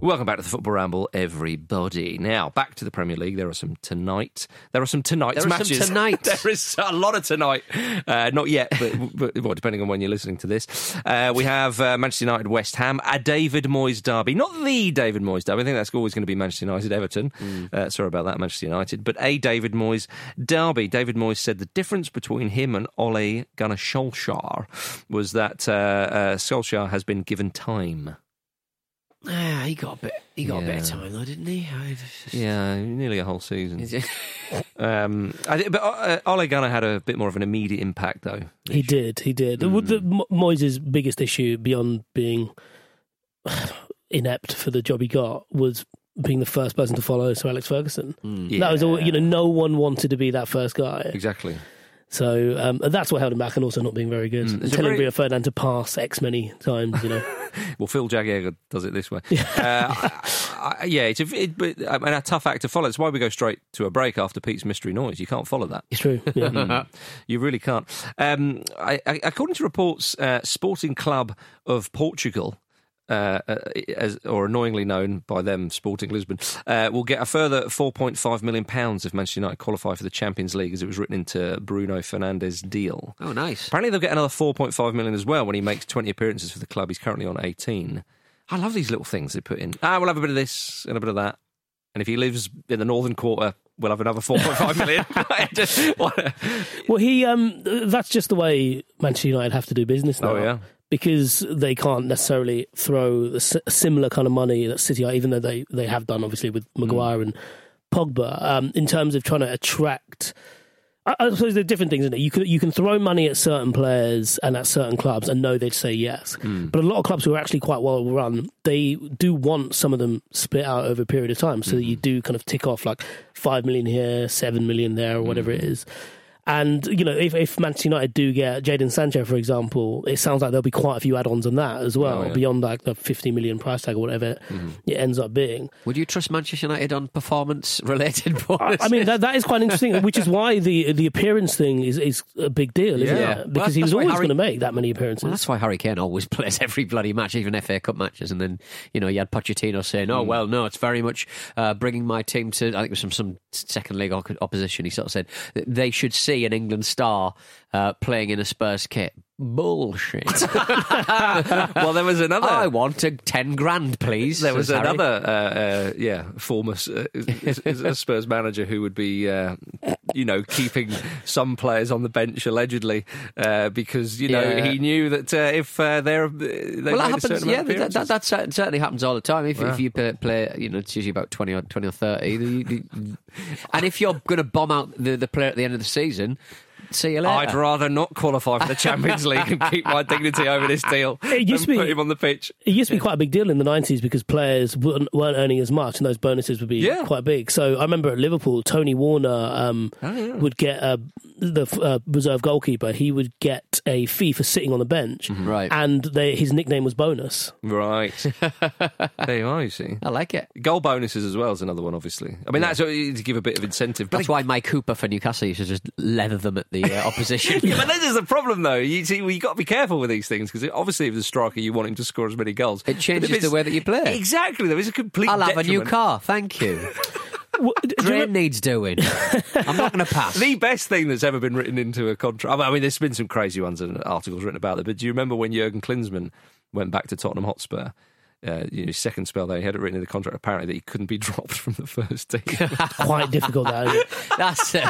Welcome back to the Football Ramble, everybody. Now, back to the Premier League. There are some tonight. There are some tonight's There are some matches. tonight. there is a lot of tonight. Uh, not yet, but, but well, depending on when you're listening to this. Uh, we have uh, Manchester United, West Ham, a David Moyes derby. Not the David Moyes derby. I think that's always going to be Manchester United, Everton. Uh, sorry about that, Manchester United. But a David Moyes derby. David Moyes said the difference between him and Ole Gunnar Solskjaer was that uh, uh, Solskjaer has been given time. Ah, he got a bit. He got a bit of Yeah. time though, didn't he? I- Yeah, nearly a whole season. Is it- Um, I think, but uh, Ole Gunnar had a bit more of an immediate impact, though. He did. He did. The- The, Hmm. Mo- Moyes' biggest issue, beyond being inept for the job he got, was being the first person to follow Sir Alex Ferguson. Hmm. That was all. You know, no one wanted to be that first guy. Exactly. So um, that's what held him back, and also not being very good. Mm. It's a Telling very- Rio Ferdinand to pass X many times. You know, Well, Phil Jagielka does it this way. uh, I, I, yeah, it's a, it, but, I mean, a tough act to follow. It's why we go straight to a break after Pete's mystery noise. You can't follow that. it's true. Yeah. You really can't. Um, I, I, according to reports, uh, Sporting Club of Portugal. Uh, uh, as, or annoyingly known by them, Sporting Lisbon, uh, will get a further £4.5 million pounds if Manchester United qualify for the Champions League, as it was written into Bruno Fernandes' deal. oh, nice. Apparently, they'll get another 4.5 million as well when he makes 20 appearances for the club. He's currently on 18. I love these little things they put in. Ah, we'll have a bit of this and a bit of that. And if he lives in the northern quarter, we'll have another 4.5 million. Just- what a- Well, he. Um, that's just the way Manchester United have to do business now. Oh, yeah. Because they can't necessarily throw the s- similar kind of money that City are, even though they, they have done obviously with Hmm. Maguire and Pogba, um, in terms of trying to attract. I, I suppose they're different things, isn't it? You can you can throw money at certain players and at certain clubs and know they'd say yes. Hmm. But a lot of clubs who are actually quite well run, they do want some of them spit out over a period Hmm. Hmm. of time, so that you do kind of tick off like five million here, seven million there, or whatever it is. And you know, if, if Manchester United do get Jadon Sancho, for example, it sounds like there'll be quite a few add-ons on that as well, Oh, yeah. Mm-hmm. beyond like the fifty million price tag or whatever it ends up being. Would you trust Manchester United on performance-related bonuses? I mean, that, that is quite interesting, which is why the the appearance thing is, is a big deal, isn't Yeah. Well, it? Because he that's was why always Harry- going to make that many appearances. Well, that's why Harry Kane always plays every bloody match, even FA Cup matches. And then, you know, you had Pochettino saying, Hmm. oh, well, no, it's very much uh, bringing my team to, I think it was from some second league op- opposition. He sort of said, that they should see an England star uh, playing in a Spurs kit. Bullshit. well, there was another. I want a 10 grand, please. There was says Oh, Harry. another, uh, uh, yeah, former S- uh, is- is a Spurs manager who would be, uh, you know, keeping some players on the bench allegedly uh, because you know Yeah. he knew that uh, if uh, they're they well, that made a certain happens. amount Yeah, of that, that, appearances- that cer- certainly happens all the time. If, Wow. if you play, play, you know, it's usually about 20 or, 20 or 30. you- you- and if you're going to bomb out the, the player at the end of the season, see you later. I'd rather not qualify for the Champions League and keep my dignity over this deal. It used than to be- put him on the pitch. It used to be quite a big deal in the 90s because players weren't, weren't earning as much and those bonuses would be Yeah. quite big. So I remember at Liverpool, Tony Warner um, Oh, would get a, the uh, reserve goalkeeper, he would get a fee for sitting on the bench. Mm-hmm. Right. And they, his nickname was Bonus. Right. there you are, you see. I like it. Goal bonuses as well is another one, obviously. I mean, that's to give a bit of incentive. But That's why Mike Cooper for Newcastle used to just leather them at the uh, opposition. Yeah, but this is the problem, though. You see, we got to be careful with these things because obviously, if it's a striker, you want him to score as many goals. It changes But if the way that you play. Exactly, though. It's a complete. I'll have a new detriment. car, thank you. Well, do you Drain remember- needs doing. I'm not going to pass. The best thing that's ever been written into a contract. I mean, I mean, there's been some crazy ones and articles written about it. But do you remember when Jurgen Klinsmann went back to Tottenham Hotspur? Uh, you know, his second spell there, he had it written in the contract apparently that he couldn't be dropped from the first team. quite difficult, that is. That's it.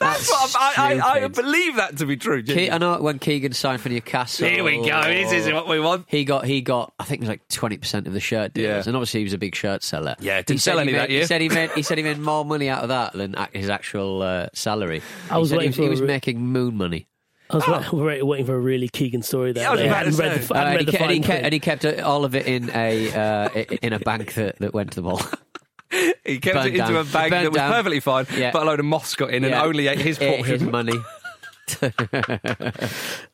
That's Well, I, I, I stupid. believe that to be true. Ke- I know when Keegan signed for Newcastle. Here we go. This is what we want. He got he got I think it was like twenty percent of the shirt deals, Yeah. and obviously he was a big shirt seller. Yeah, didn't He said sell he any made, that He year. said he made he said he made more money out of that than ac- his actual uh, salary. I He was said he waiting was, he for a was re- making moon money. I was wa- wait- waiting for a really Keegan story there. Oh. Yeah, I was about to They hadn't read say. the, Uh, I hadn't and, read he the kept, and, he fine kept, print. and he kept uh, all of it in a uh, i- in a bank that, that went to the ball. He kept Burned it into down. a bag Burned that was down. perfectly fine, Yeah. but a load of moss got in Yeah. and only ate his Ate his portion. money.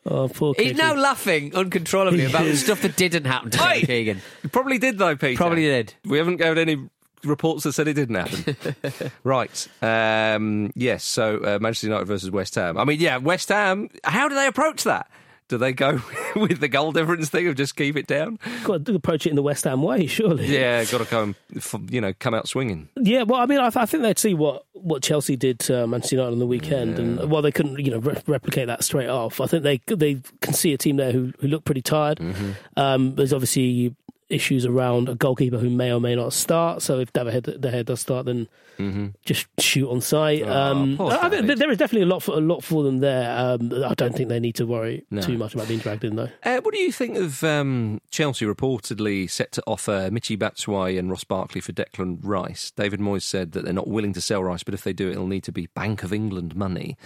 Oh, poor He's Keegan. now laughing uncontrollably about Yeah. stuff that didn't happen to Oi! Keegan. Keegan. It Probably did though, Peter. Probably did. We haven't got any reports that said it didn't happen. right. Um, yes. So uh, Manchester United versus West Ham. I mean, yeah, West Ham. How do they approach that? Do they go with the goal difference thing of just keep it down? Got to approach it in the West Ham way, surely. Yeah, got to come, f- you know, come out swinging. Yeah, well, I mean, I, th- I think they'd see what, what Chelsea did to Manchester United on the weekend, and while they couldn't, you know, re- replicate that straight off, I think they they can see a team there who who look pretty tired. Um, there's obviously issues around a goalkeeper who may or may not start. So if David De Gea does start, then just shoot on sight. um, poor I think David. there is definitely a lot for a lot for them there. Um, I don't think they need to worry too much about being dragged in though. Uh, what do you think of um, Chelsea reportedly set to offer Michy Batshuayi and Ross Barkley for Declan Rice? David Moyes said that they're not willing to sell Rice, but if they do, it'll need to be Bank of England money,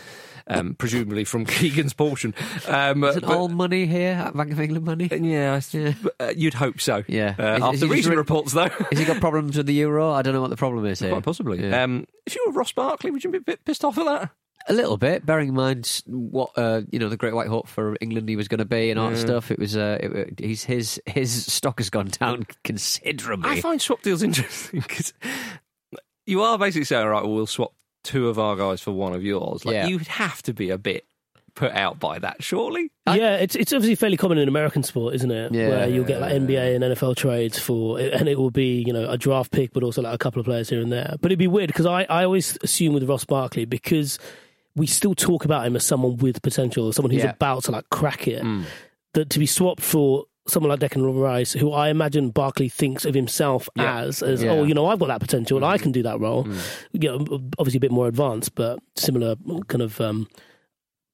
um, presumably from Keegan's portion. Um, Is it but- uh, all money here? Bank of England money? Yeah, I s- but, uh, you'd hope so. Yeah. Uh, Is- is after he just recent re- reports, though. Has he got problems with the euro? I don't know what the problem is here. Quite possibly. Yeah. Um, if you were Ross Barkley, would you be a bit pissed off at that? a little bit, bearing in mind what uh, you know the great white hope for England he was going to be and all that stuff. It was uh, it, he's his his stock has gone down considerably. I find swap deals interesting because you are basically saying, all right, well, we'll swap two of our guys for one of yours. Like, Yeah. you'd have to be a bit put out by that, surely. yeah, it's it's obviously fairly common in American sport, isn't it? Yeah. Where you'll get like NBA and NFL trades for, and it will be you know a draft pick, but also like a couple of players here and there. But it'd be weird because I I always assume with Ross Barkley because we still talk about him as someone with potential, someone who's Yeah. Mm. about to like crack it, Mm, that to be swapped for. Someone like Declan Rice, who I imagine Barkley thinks of himself as, as Yeah. Mm-hmm. oh, you know, I've got that potential and I can do that role. mm, You know, obviously a bit more advanced, but similar kind of um,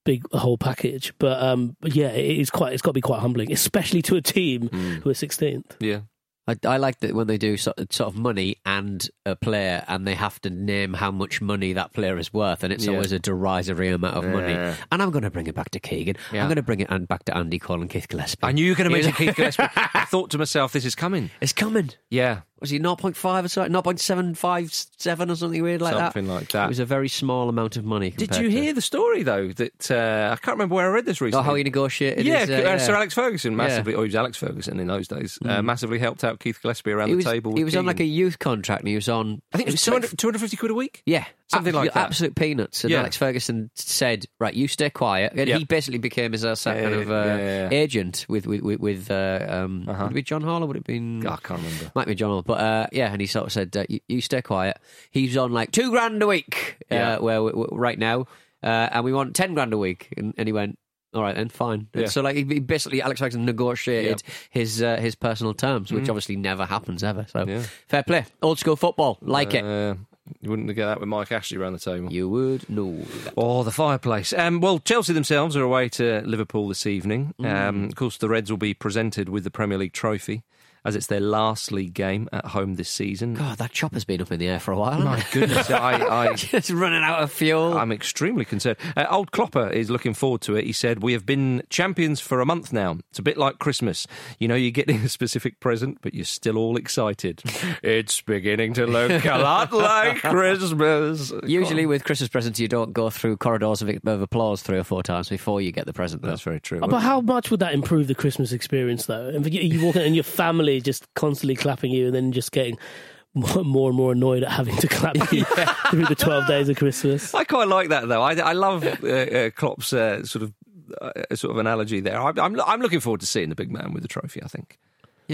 big whole package. But um, but yeah, it is quite. It's got to be quite humbling, especially to a team who are sixteenth. Yeah. I, I like that when they do sort of, sort of money and a player, and they have to name how much money that player is worth, and it's Yeah. always a derisory amount of money. And I'm going to bring it back to Keegan. Yeah. I'm going to bring it and back to Andy Cole and Keith Gillespie. I knew you were going to Here's- mention Keith Gillespie. I thought to myself, this is coming. It's coming. Yeah. was he 0.5 or something, 0.757 or something weird like that? Something like that. It was a very small amount of money. Did you hear the story though? That uh, I can't remember where I read this recently. Oh, how he negotiated? yeah, his, uh, uh, yeah. Sir Alex Ferguson massively, Yeah. or he was Alex Ferguson in those days, uh, Mm. massively helped out Keith Gillespie around He the was, table. He was on like a youth contract, and he was on. I think it was 200, 250 quid a week. Yeah, Something absolute, like that. Absolute peanuts. And Yeah. Alex Ferguson said, "Right, you stay quiet." And Yeah. he basically became his uh, sort Yeah, kind of uh, yeah, yeah, yeah. agent with with with, with uh, um, would it be John Hall or would it been? I can't remember. Might be John Hall, but uh, yeah. And he sort of said, uh, you, "You stay quiet." He's on like two grand a week. Yeah. Uh, where we, we- right now, uh, and we want ten grand a week. And, and he went. All right, then fine. And Yeah. So, like, he he basically Alex Ferguson negotiated his uh, his personal terms, Mm. which obviously never happens ever. So, fair play, old school football, like it. Uh, you wouldn't get that with Mike Ashley around the table. You would no. Oh, the fireplace. Um, well, Chelsea themselves are away to Liverpool this evening. Um, of course, the Reds will be presented with the Premier League trophy as it's their last league game at home this season. God, that chopper's been up in the air for a while. My goodness, I, I just running out of fuel. I'm extremely concerned. Uh, old Klopper is looking forward to it. He said, "We have been champions for a month now. It's a bit like Christmas. You know, you're getting a specific present, but you're still all excited. it's beginning to look a lot like Christmas." Usually, with Christmas presents, you don't go through corridors of, of applause three or four times before you get the present. Though. That's very true. But how much would that improve the Christmas experience, though? And you, you walk in and your family just constantly clapping you, and then just getting more, more and more annoyed at having to clap you through the twelve days of Christmas. I quite like that though. I, I love uh, uh, Klopp's uh, sort of uh, sort of analogy there. I, I'm I'm looking forward to seeing the big man with the trophy. I think. With-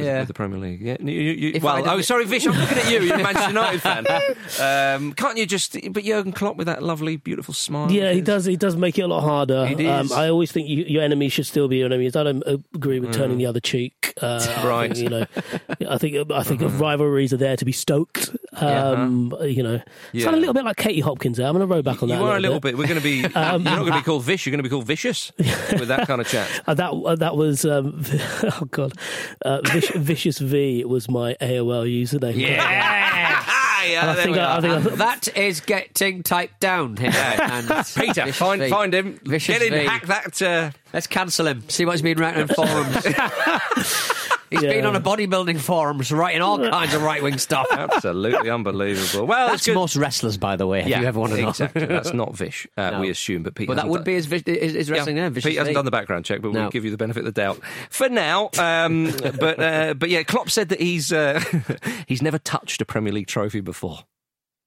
Yeah. with the Premier League. Yeah, you- you- you- If I well, didn't- oh, sorry, Vish, I'm looking at you. You're a Manchester United fan. Um, can't you just? But Jurgen Klopp with that lovely, beautiful smile. of Yeah, he his. does. He does make it a lot harder. Um, It is. I always think you, your enemy should still be your enemy. I don't agree with turning the other cheek. Uh, I think, Mm. Right. Mm-hmm. you know, I think I think rivalries are there to be stoked. Um, You know, Yeah. sound a little bit like Katie Hopkins. There, I'm going to row back on that. You are a little bit. We're going to be. Um, you're not going to be called Vish. You're going to be called Vicious with that kind of chat. Uh, that uh, that was um, oh god, uh, Vic- vicious V was my AOL username. yeah, I there think we I- I are. think I- that is getting typed down here. And Peter, Vicious find V. find him. Vicious Get in, V. hack that. Uh, Let's cancel him. See what he's been writing on forums. He's been Yeah. on a bodybuilding forums, writing all kinds of right wing stuff. absolutely unbelievable. Well, it's That's good. most wrestlers, by the way. If you ever want to know, exactly. That's not Vish, uh, we assume, but Pete. But that hasn't would be his, vis- his, his wrestling yeah, name. Vicious Pete hasn't V. done the background check, but No. we'll give you the benefit of the doubt for now. Um, but uh, but yeah, Klopp said that he's uh, he's never touched a Premier League trophy before.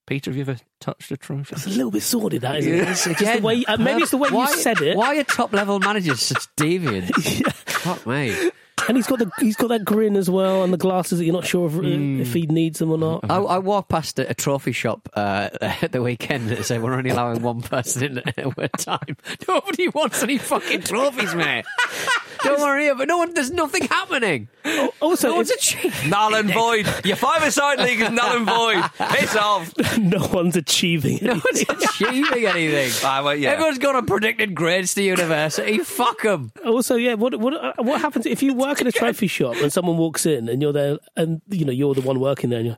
Peter, have you ever touched a trophy? It's a little bit sordid, that isn't it? It's just the Again, way, uh, maybe it's the way why, you said it. Why are top level managers such deviant? Fuck me. And he's got the he's got that grin as well, and the glasses that you're not sure if, Hmm. if he needs them or not. I, I walked past a, a trophy shop uh, at the weekend that said we're only allowing one person in at a time. Nobody wants any fucking trophies, mate. Don't worry about no one. There's nothing happening. Oh, also, no one's if- achieving. Null and void. Your five-a-side league is null and void. Piss off. no one's achieving. No it. one's achieving anything. Ah, well, yeah. Everyone's got unpredicted grades to university. Fuck them. Also, yeah, what what uh, what happens if you work in a trophy shop and someone walks in and you're there and you know you're the one working there and you're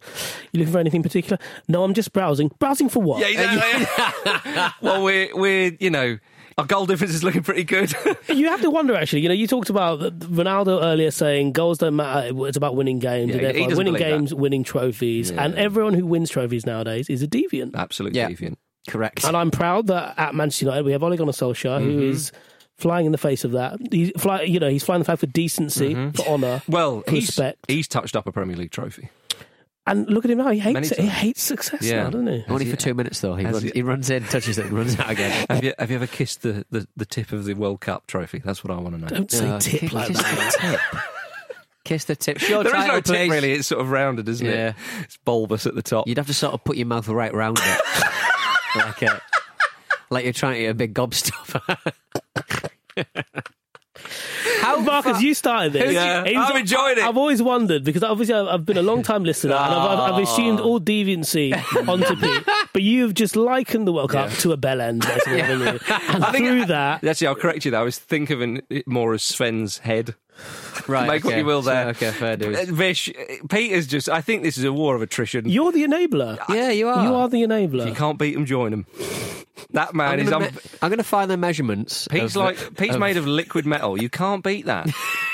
you looking for anything particular? No, I'm just browsing. Browsing for what? Yeah, exactly. well, we're we're you know our goal difference is looking pretty good. You have to wonder, actually. You know, you talked about Ronaldo earlier saying goals don't matter. It's about winning games. Yeah, and he therefore doesn't winning believe that. games, winning trophies, and everyone who wins trophies nowadays is a deviant. Absolutely Yeah. deviant. Correct. And I'm proud that at Manchester United we have Ole Gunnar Solskjaer, who Mm-hmm. is flying in the face of that. He's fly, you know, he's flying the flag for decency, for honour, Mm-hmm. Well, for he's respect. he's touched up a Premier League trophy. and look at him now. He Many hates it. He times. hates success Yeah. now, doesn't he? Only for two minutes though. He Has runs, he- he runs in, touches it, and runs out again. Have you have you ever kissed the, the, the tip of the World Cup trophy? That's what I want to know. Don't say No, tip kiss- like kiss that. the tip. Kiss the tip. Sure, There is Oh, title, no tip please. really. It's sort of rounded, isn't Yeah. it? It's bulbous at the top. You'd have to sort of put your mouth right round it, like a, like you're trying to eat a big gobstopper. How Marcus, fa- you started this. Yeah, He I've enjoyed it. I've always wondered because obviously I've, I've been a long time listener and I've, I've, I've assumed all deviancy onto Pete, but you've just likened the World Cup to a bell end, basically, haven't you? and through that, Actually, I'll correct you. Though I was thinking of it more as Sven's head. right, Make what okay. you will there. So, okay, fair Uh, dues. Vish, uh, Peter's just. I think this is a war of attrition. you're the enabler. Yeah, you are. You are If the you enabler. can't beat him, join him. That man I'm is. gonna, Un- me- I'm gonna find the measurements. Pete's of- like Pete's made of liquid metal. You can't beat that.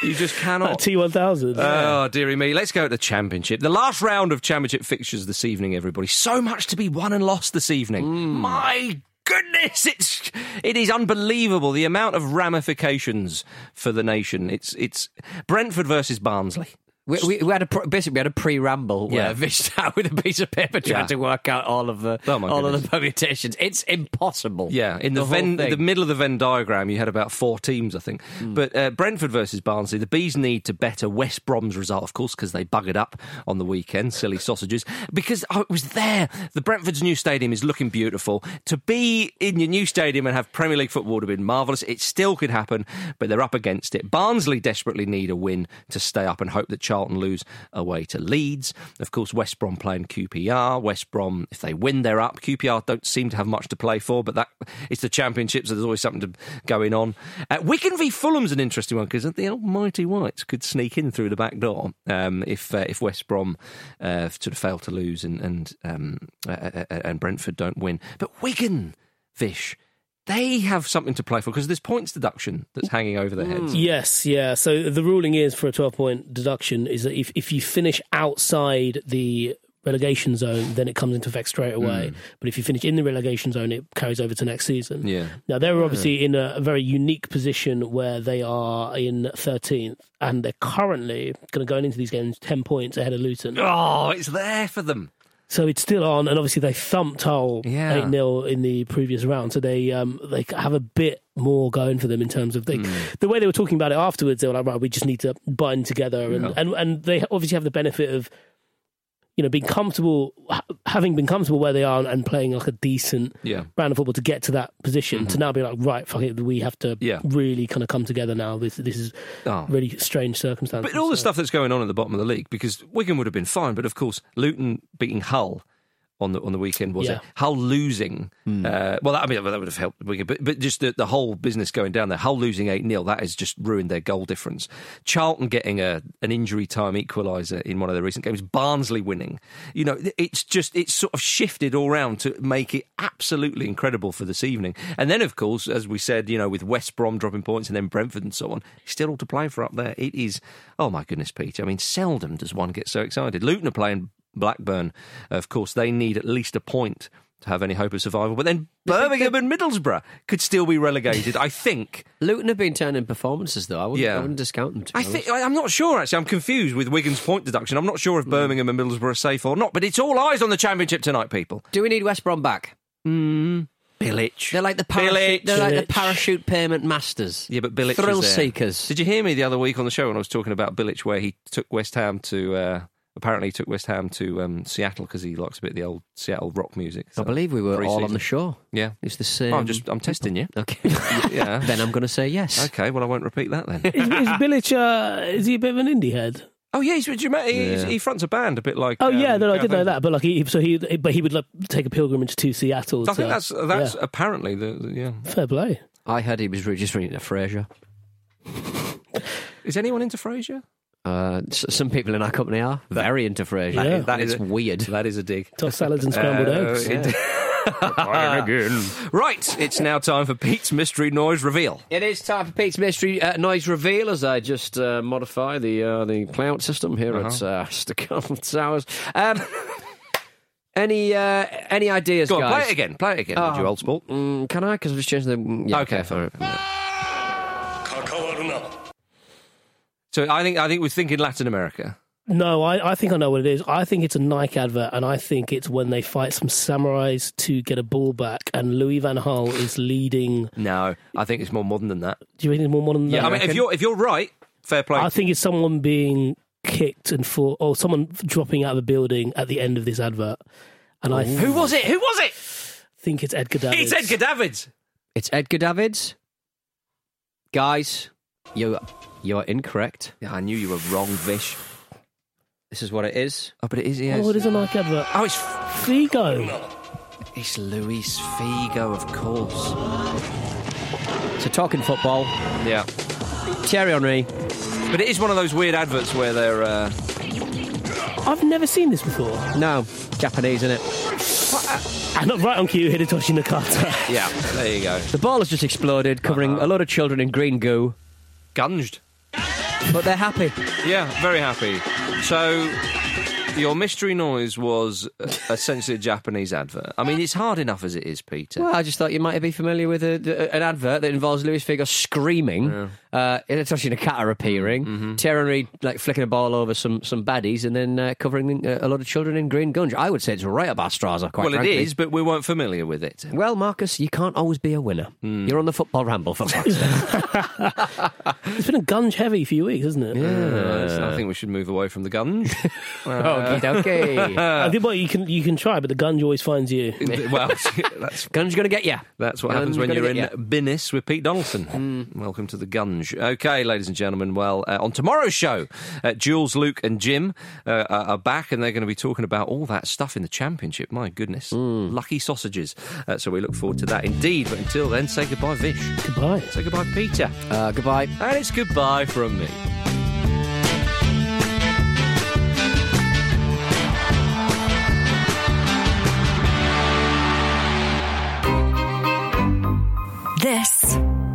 You just cannot. T one thousand. Oh, dearie me. Let's go to the championship. The last round of championship fixtures this evening, everybody. So much to be won and lost this evening. My goodness, it's it is unbelievable the amount of ramifications for the nation. It's it's Brentford versus Barnsley. We, we, we had a pr- basically we had a pre-ramble where Yeah. yeah. Vish sat with a piece of paper trying Yeah. to work out all of the Oh, my all of goodness. the permutations. It's impossible. Yeah, in the, whole Venn, thing. Hmm. the middle of the Venn diagram, you had about four teams, I think. But uh, Brentford versus Barnsley, the bees need to better West Brom's result, of course, because they buggered up on the weekend, silly sausages. Because oh, it was there. The Brentford's new stadium is looking beautiful. To be in your new stadium and have Premier League football would have been marvellous. It still could happen, but they're up against it. Barnsley desperately need a win to stay up and hope that Charlton lose away to Leeds. Of course, West Brom playing QPR. West Brom, if they win, they're up. QPR don't seem to have much to play for, but that it's the championship, so there's always something to, going on. Uh, Wigan v Fulham's an interesting one because the almighty Whites could sneak in through the back door um, if uh, if West Brom uh, sort of fail to lose and and um, uh, uh, uh, and Brentford don't win. But Wigan, Fish, they have something to play for because there's points deduction that's hanging over their heads. Yes, yeah. So the ruling is for a 12 point deduction is that if, if you finish outside the relegation zone, then it comes into effect straight away. Mm. But if you finish in the relegation zone, it carries over to next season. Yeah. Now, they're obviously in a very unique position where they are in 13th and they're currently going to go into these games 10 points ahead of Luton. Oh, it's there for them. So it's still on, and obviously they thumped Hull eight Yeah. 0 in the previous round, so they um, they have a bit more going for them in terms of the Hmm. the way they were talking about it afterwards. They were like, right, we just need to bind together, and Yeah. and, and they obviously have the benefit of you know being comfortable, ha- having been comfortable where they are, and playing like a decent Yeah. Mm-hmm. round of football to get to that position. To now be like, right, fuck it, we have to Yeah. really kind of come together now. This this is Oh. really strange circumstances. But all the So- stuff that's going on at the bottom of the league, because Wigan would have been fine, but of course Luton beating Hull on the on the weekend was Yeah. it? Hull losing. Uh, well, that, I mean that would have helped Wigan, but but just the, the whole business going down there. Hull losing eight 0 that has just ruined their goal difference. Charlton getting a an injury time equaliser in one of their recent games. Barnsley winning. You know, it's just it's sort of shifted all round to make it absolutely incredible for this evening. And then of course, as we said, you know, with West Brom dropping points and then Brentford and so on, still all to play for up there. It is oh my goodness, Peter. I mean, seldom does one get so excited. Luton are playing Blackburn. Of course, they need at least a point to have any hope of survival. But then Birmingham and Middlesbrough could still be relegated. I think. Luton have been turning performances though. I wouldn't, Yeah. I wouldn't discount them. To be I think I- I'm not sure. Actually, I'm confused with Wigan's point deduction. I'm not sure if Birmingham and Middlesbrough are safe or not. But it's all eyes on the championship tonight, people. Do we need West Brom back? Billich. They're like the parachute. Billich. They're like the Billich. parachute payment masters. Yeah, but Billich thrill was there. seekers. Did you hear me the other week on the show when I was talking about Billich, where he took West Ham to uh, apparently he took West Ham to um, Seattle because he likes a bit of the old Seattle rock music. I believe we were all on pre-season. the show. Yeah. It's the same. Oh, I'm just- I'm testing you. Okay. Yeah. then I'm going to say yes. Okay, well I won't repeat that then. is, is Bilic, uh, is he a bit of an indie head? oh yeah, he's, do you remember, he, Yeah. he fronts a band a bit like. Oh yeah, um, no, I did Gareth know Evans. that. But like, he, so he, but he would like, take a pilgrimage to Seattle. So I think to- that's that's yeah. apparently the the- yeah. fair play. I heard he was re- just reading a Frasier. Is anyone into Frasier? Uh, s- some people in our company are very into Frasier. Yeah. That is weird. That is a dig. Toss salads and scrambled Uh, eggs. it- right, it's now time for Pete's mystery noise reveal. It is time for Pete's mystery uh, noise reveal as I just uh, modify the uh, the playout system here at Uh-huh. uh, Stockholm Towers. Um, any uh, any ideas, Go on, guys? play it again. Play it again, would you old sport? Mm, can I? Because I've just changed the. mm, Yeah, Okay, fine. all right. 関わるな So I think I think we're thinking Latin America. No, I, I think I know what it is. I think it's a Nike advert, and I think it's when they fight some samurais to get a ball back, and Louis Van Gaal is leading. No, I think it's more modern than that. Do you think it's more modern than Yeah, that? I mean, if you're if you're right, fair play. I think it's someone being kicked and fall, or someone dropping out of a building at the end of this advert. And I Who was it? Who was it? think it's Edgar It's Davids. Edgar Davids. It's Edgar Davids. Guys, you you are incorrect. Yeah, I knew you were wrong, Vish. This is what it is. Oh, but it is. Oh, it is a Nike advert. Oh, it's f- Figo. it's Luis Figo, of course. So talking football, Yeah, Thierry Henry. but it is one of those weird adverts where they're. Uh, I've never seen this before. No, Japanese in it. And not right on cue, Hidetoshi Nakata. yeah, there you go. Uh-huh. The ball has just exploded, covering a lot of children in green goo. Gunged. But they're happy. Yeah, very happy. So your mystery noise was uh, essentially a Japanese advert. I mean, it's hard enough as it is, Peter. Well, I just thought you might be familiar with a, a- an advert that involves Louis Figo screaming, uh, it's actually a cat Mm-hmm. appearing, mm Reid like flicking a ball over some some baddies, and then uh, covering uh, a lot of children in green gunge. I would say it's right up our Straza, quite well, frankly. it is, but we weren't familiar with it. Well, Marcus, you can't always be a winner. Hmm. You're on the football ramble for Christ's sake. It's been a gunge heavy few weeks, hasn't it? Uh, so I think we should move away from the gun. Okie dokie. I think well, you can you can try, but the gunge always finds you. well, that's Gunge gonna get you. That's what happens when you're in Binnis with Pete Donaldson. Welcome to the Gunge. Okay, ladies and gentlemen, well, uh, on tomorrow's show, uh, Jules, Luke, and Jim uh, are- are back, and they're going to be talking about all that stuff in the Championship. My goodness. Lucky sausages. Uh, so we look forward to that indeed. But until then, say goodbye, Vish. Goodbye. Say goodbye, Peter. Uh, goodbye. And it's goodbye from me. This